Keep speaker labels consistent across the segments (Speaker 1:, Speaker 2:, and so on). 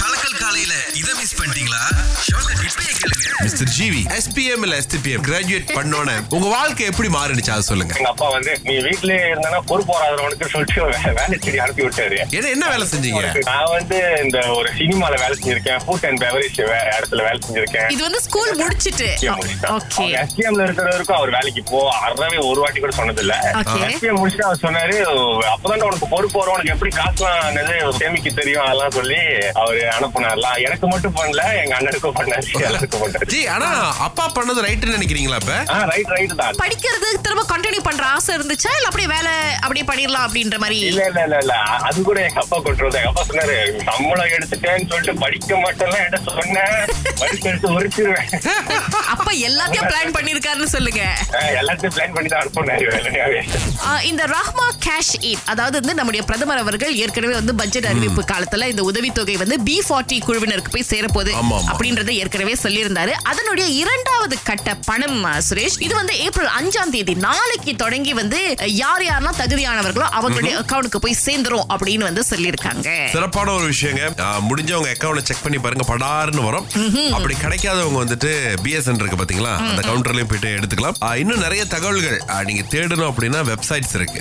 Speaker 1: கலக்கல் காலையில இத மிஸ் பண்ணிட்டீங்களா ஷோக்க இப்பயே கேளுங்க
Speaker 2: மிஸ்டர் ஜிவி எஸ்பிஎம் இல்ல எஸ்டிபிஎம் கிராஜுவேட் பண்ணோன்னே உங்க வாழ்க்கை எப்படி மாறுனுச்சு அதை சொல்லுங்க
Speaker 3: எங்க அப்பா வந்து நீ வீட்லயே இருந்தானா பொறுப்பு வராதவனுக்கு சொல்லிட்டு ஒரு வே- வேலை செடி அனுப்பி விட்டாரு
Speaker 2: என்ன என்ன வேலை செஞ்சீங்க
Speaker 3: நான் வந்து இந்த ஒரு சினிமால வேலை செஞ்சிருக்கேன் ஃபுட் அண்ட் பெவரேஜ் வேற இடத்துல வேலை செஞ்சிருக்கேன்
Speaker 4: இது வந்து ஸ்கூல் முடிச்சிட்டு ஓகே
Speaker 3: எஸ்பிஎம்ல இருக்கிற வரைக்கும் அவர் வேலைக்கு போ அறவே ஒரு வாட்டி கூட சொன்னது இல்ல
Speaker 4: Okay.
Speaker 3: எஸ்பிஎம் முடிச்சுட்டு அவர் சொன்னாரு அப்பதான் உனக்கு பொறுப்பு வரும் உனக்கு எப்படி காசுலாம் என்னது சேமிக்க தெரியும் அதெல்லாம் சொல்லி அவரு அனுப்புனார்லாம் எனக்கு மட்டும் பண்ணல எங்க அண்ணனுக்கும் பண்ணாரு எல்லாருக்கும் பண்ணாரு
Speaker 2: ஜி ஆனா அப்பா பண்ணது ரைட்னு நினைக்கிறீங்களா இப்ப
Speaker 3: ஆ ரைட் ரைட் தான்
Speaker 4: படிக்கிறது திரும்ப கண்டினியூ பண்ற ஆசை இருந்துச்சா இல்ல அப்படியே வேலை அப்படியே பண்ணிடலாம் அப்படின்ற மாதிரி
Speaker 3: இல்ல இல்ல இல்ல இல்ல அ- அது கூட எங்க அப்பா கொண்டு எங்க அப்பா சொன்னாரு சம்பளம் எடுத்துட்டேன்னு சொல்லிட்டு படிக்க மட்டும்லாம் என்ன சொன்னேன் படிக்க எடுத்து உரிச்சிருவேன்
Speaker 4: அப்ப எல்லாத்தையும் பிளான் பண்ணிருக்காருன்னு சொல்லுங்க
Speaker 3: அஹ் எல்லாத்தையும் பிளான் பண்ணி தான் அனுப்புனாரு
Speaker 4: ஆ, இந்த ரஹ்மா கேஷ் ஈட் அதாவது வந்து நம்முடைய பிரதமர் அவர்கள் ஏற்கனவே வந்து பட்ஜெட் அறிவிப்பு காலத்துல இந்த உதவித்தொகை வந்து பி ஃபார்ட்டி குழுவினருக்கு போய் சேரப்போகுது
Speaker 2: ஆமா, ஆமா.
Speaker 4: அப்படின்றத ஏற்கனவே சொல்லியிருந்தாரு அதனுடைய இரண்டாவது கட்ட பணம் ஆ, சுரேஷ் இது வந்து ஏப்ரல் அஞ்சாம் தேதி நாளைக்கு தொடங்கி வந்து அஹ், யார் யாரெல்லாம் தகுதியானவர்களோ அவங்களுடைய அக்கௌண்ட்டுக்கு போய் சேர்ந்துரும் அப்படின்னு வந்து சொல்லியிருக்காங்க
Speaker 2: சிறப்பான ஒரு விஷயங்க ஆ, முடிஞ்சவங்க அக்கௌண்ட்ல செக் பண்ணி பாருங்க படார்னு வரும் அப்படி கிடைக்காதவங்க வந்துட்டு பிஎஸ்என் இருக்கு பாத்தீங்களா அந்த கவுண்டர்லயும் போயிட்டு எடுத்துக்கலாம் ஆ, இன்னும் நிறைய தகவல்கள் ஆ, நீங்க தேடணும் அப்படின்னா வெப்சைட்ஸ் இருக்கு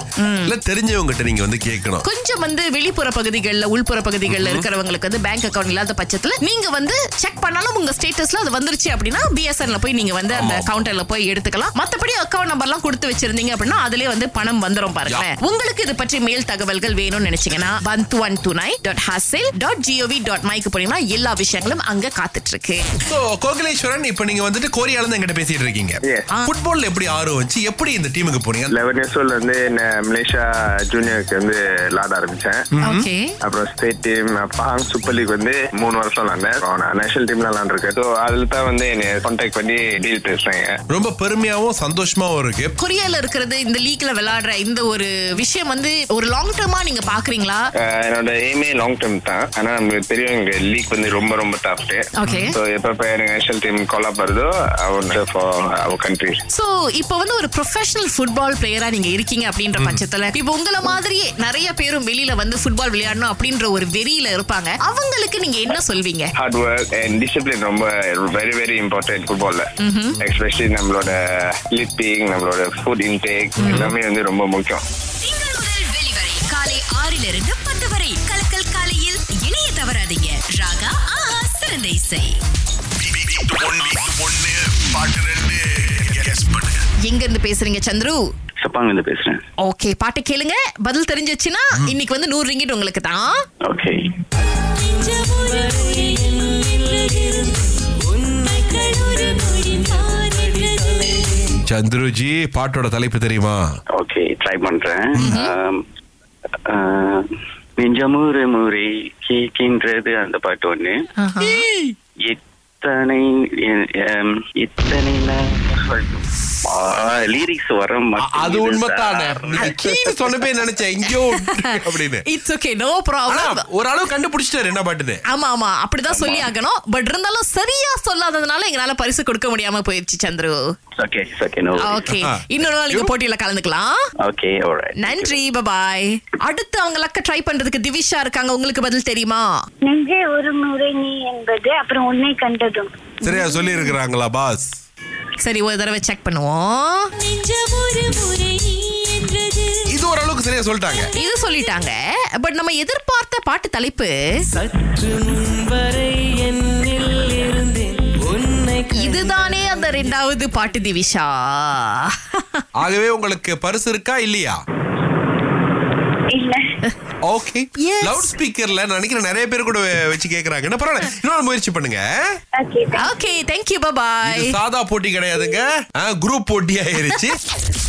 Speaker 2: இல்ல தெரிஞ்சவங்ககிட்ட நீங்க வந்து கேட்கணும்
Speaker 4: கொஞ்சம் வந்து வெளிப்புற பகுதிகள்ல உள்புற பகுதிகள்ல இருக்கிறவங்களுக்கு வந்து பேங்க் அக்கவுண்ட் இல்லாத பட்சத்துல நீங்க வந்து செக் பண்ணாலும் உங்க ஸ்டேட்டஸ்ல அது வந்துருச்சு அப்படின்னா பிஎஸ்என்ல போய் நீங்க வந்து அந்த கவுண்டர்ல போய் எடுத்துக்கலாம் மத்தபடி அக்கவுண்ட் நம்பர்லாம் கொடுத்து வச்சிருந்தீங்க அப்படின்னா அதுலயே வந்து பணம் வந்துரும் பாருங்களேன் உங்களுக்கு இது பற்றி மேல் தகவல்கள் வேணும்னு நினைச்சீங்கன்னா one two one two nine dot ஹாசில் டாட் ஜிஓவி டாட் மைக்கு போனீங்கன்னா எல்லா விஷயங்களும் அங்க காத்துட்டு இருக்கு
Speaker 2: சோ கோகிலேஸ்வரன் இப்ப நீங்க வந்துட்டு கோரியால இருந்து எங்கிட்ட பேசிட்டு இருக்கீங்க
Speaker 5: Yes.
Speaker 2: ஃபுட்பால்ல எப்படி ஆர்வம் வந்து எப்படி இந்த டீமுக்கு போனீங்க
Speaker 5: லெவன் இயர்ஸ் ஓல்ட் வந்து நான் மலேசியா ஜூனியருக்கு வந்து விளாட ஆரம்பிச்சேன்
Speaker 4: ஓகே
Speaker 5: அப்புறம் ஸ்டேட் டீம் பாங் சூப்பர் லீக் வந்து மூணு வருஷம் விளாண்டேன் அப்புறம் நான் நேஷனல் டீம்ல விளாண்டுருக்கேன் ஸோ அதில் தான் வந்து என்னை கான்டாக்ட் பண்ணி டீல் பேசுறாங்க
Speaker 2: ரொம்ப பெருமையாவும் சந்தோஷமாவும் இருக்கு
Speaker 4: கொரியால இருக்கிறது இந்த லீக்ல விளையாடுற இந்த ஒரு விஷயம் வந்து ஒரு லாங் டர்மா நீங்க பாக்குறீங்களா
Speaker 5: அஹ் என்னோட எய்மே லாங் டேர்ம் தான் ஆனா நம்மளுக்கு தெரியும் எங்க லீக் வந்து ரொம்ப ரொம்ப டஃப்
Speaker 4: Okay.
Speaker 5: ஸோ எப்போ எனக்கு நேஷனல் டீம் கொலாப் வருதோ அவங்க ஃபார் அவர் கண்ட்ரி
Speaker 4: சோ இப்போ வந்து ஒரு ப்ரொஃபஷனல் ஃபுட்பால் பிளேயரா நீங்க இருக்கீங்க அப்படின்ற பட்சத்துல இப்போ உங்கள மாதிரியே நிறைய பேரும் வெளியில வந்து ஃபுட்பால் விளையாடணும் அப்படின்ற ஒரு வெறியில இருப்பாங்க அவங்களுக்கு நீங்க என்ன சொல்வீங்க
Speaker 5: ஹார்ட் ஒர்க் அண்ட் டிசிப்ளின் ரொம்ப வெரி வெரி இம்பார்ட்டன்ட் ஃபுட்பால்ல எஸ்பெஷலி நம்மளோட லிப்பிங் நம்மளோட ஃபுட் இன்டேக் எல்லாமே வந்து ரொம்ப முக்கியம்
Speaker 6: திங்கள் முதல் வெளிவரை காலை ஆறிலிருந்து பத்து வரை கலக்கல் காலையில் இணைய தவறாதீங்க ராகா ஆஹா சிறந்த இசை
Speaker 1: ஒன்னு ஒன்னு பாட்டு ரெண்டு கெஸ் பண்ணுங்க
Speaker 4: எங்க இருந்து பேசுறீங்க சந்துரு
Speaker 7: சப்பாங்கிருந்து பேசுறேன்
Speaker 4: ஓகே பாட்டு கேளுங்க பதில் தெரிஞ்சிச்சுன்னா இன்னைக்கு வந்து நூறு ரிங்கிட் உங்களுக்கு தான்
Speaker 7: ஓகே
Speaker 2: சந்துருஜி பாட்டோட தலைப்பு தெரியுமா
Speaker 7: ஓகே ட்ரை பண்றேன் ஆம், ஆ, நெஞ்சமுறு முறை கேட்கின்றது அந்த பாட்டு ஒண்ணு இத்தனை எ- எம், இத்தனை லிரிக்ஸ் வர மாட்டேங்குது
Speaker 2: அது உண்மைதானே
Speaker 7: sir.
Speaker 2: நீங்க கீன்னு சொன்னப்பே நினைச்சேன் எங்கேயோ அப்படின்னு
Speaker 4: இட்ஸ் ஓகே நோ
Speaker 2: ஆனா
Speaker 4: ப்ராப்ளம்
Speaker 2: ஒரு அளவு கண்டுபிடிச்சிட்டாரு என்ன பாட்டுன்னு
Speaker 4: ஆமா ஆமா அப்படிதான் சொல்லி ஆகணும் பட் இருந்தாலும் சரியா சொல்லாததுனால எங்களால பரிசு கொடுக்க முடியாம போயிடுச்சு Chandru
Speaker 7: Okay, it's okay, no worries.
Speaker 4: Okay
Speaker 2: ஆ.
Speaker 4: இன்னொரு நாள் இந்த போட்டியில கலந்துக்கலாம்
Speaker 7: Okay, alright.
Speaker 4: நன்றி பபாய் அடுத்து அவங்க லக்க ட்ரை பண்றதுக்கு திவிஷா இருக்காங்க உங்களுக்கு பதில் தெரியுமா
Speaker 8: நெஞ்சே ஒரு முறை நீ என்பது அப்புறம் உன்னை கண்டதும்
Speaker 2: சரியா சொல்லி இருக்கிறாங்களா பாஸ்
Speaker 4: சரி ஒரு தடவை செக் பண்ணுவோம்
Speaker 2: இது ஓரளவுக்கு சரியா சொல்லிட்டாங்க
Speaker 4: இது சொல்லிட்டாங்க பட் நம்ம எதிர்பார்த்த பாட்டு தலைப்பு இதுதானே அந்த ரெண்டாவது பாட்டு திவிஷா
Speaker 2: ஆகவே உங்களுக்கு பரிசு இருக்கா இல்லையா
Speaker 8: இல்ல
Speaker 2: ஓகே
Speaker 4: Yes.
Speaker 2: லவுட் ஸ்பீக்கர்ல நினைக்கிறேன் நிறைய பேர் கூட வெ- வச்சு கேக்குறாங்க என்ன பரவாயில்ல இன்னொரு முயற்சி பண்ணுங்க
Speaker 8: ஓகே
Speaker 4: ஓகே தேங்க்யூ
Speaker 2: இது
Speaker 4: பபாய்
Speaker 2: சாதா போட்டி கிடையாதுங்க குரூப் போட்டி ஆயிருச்சு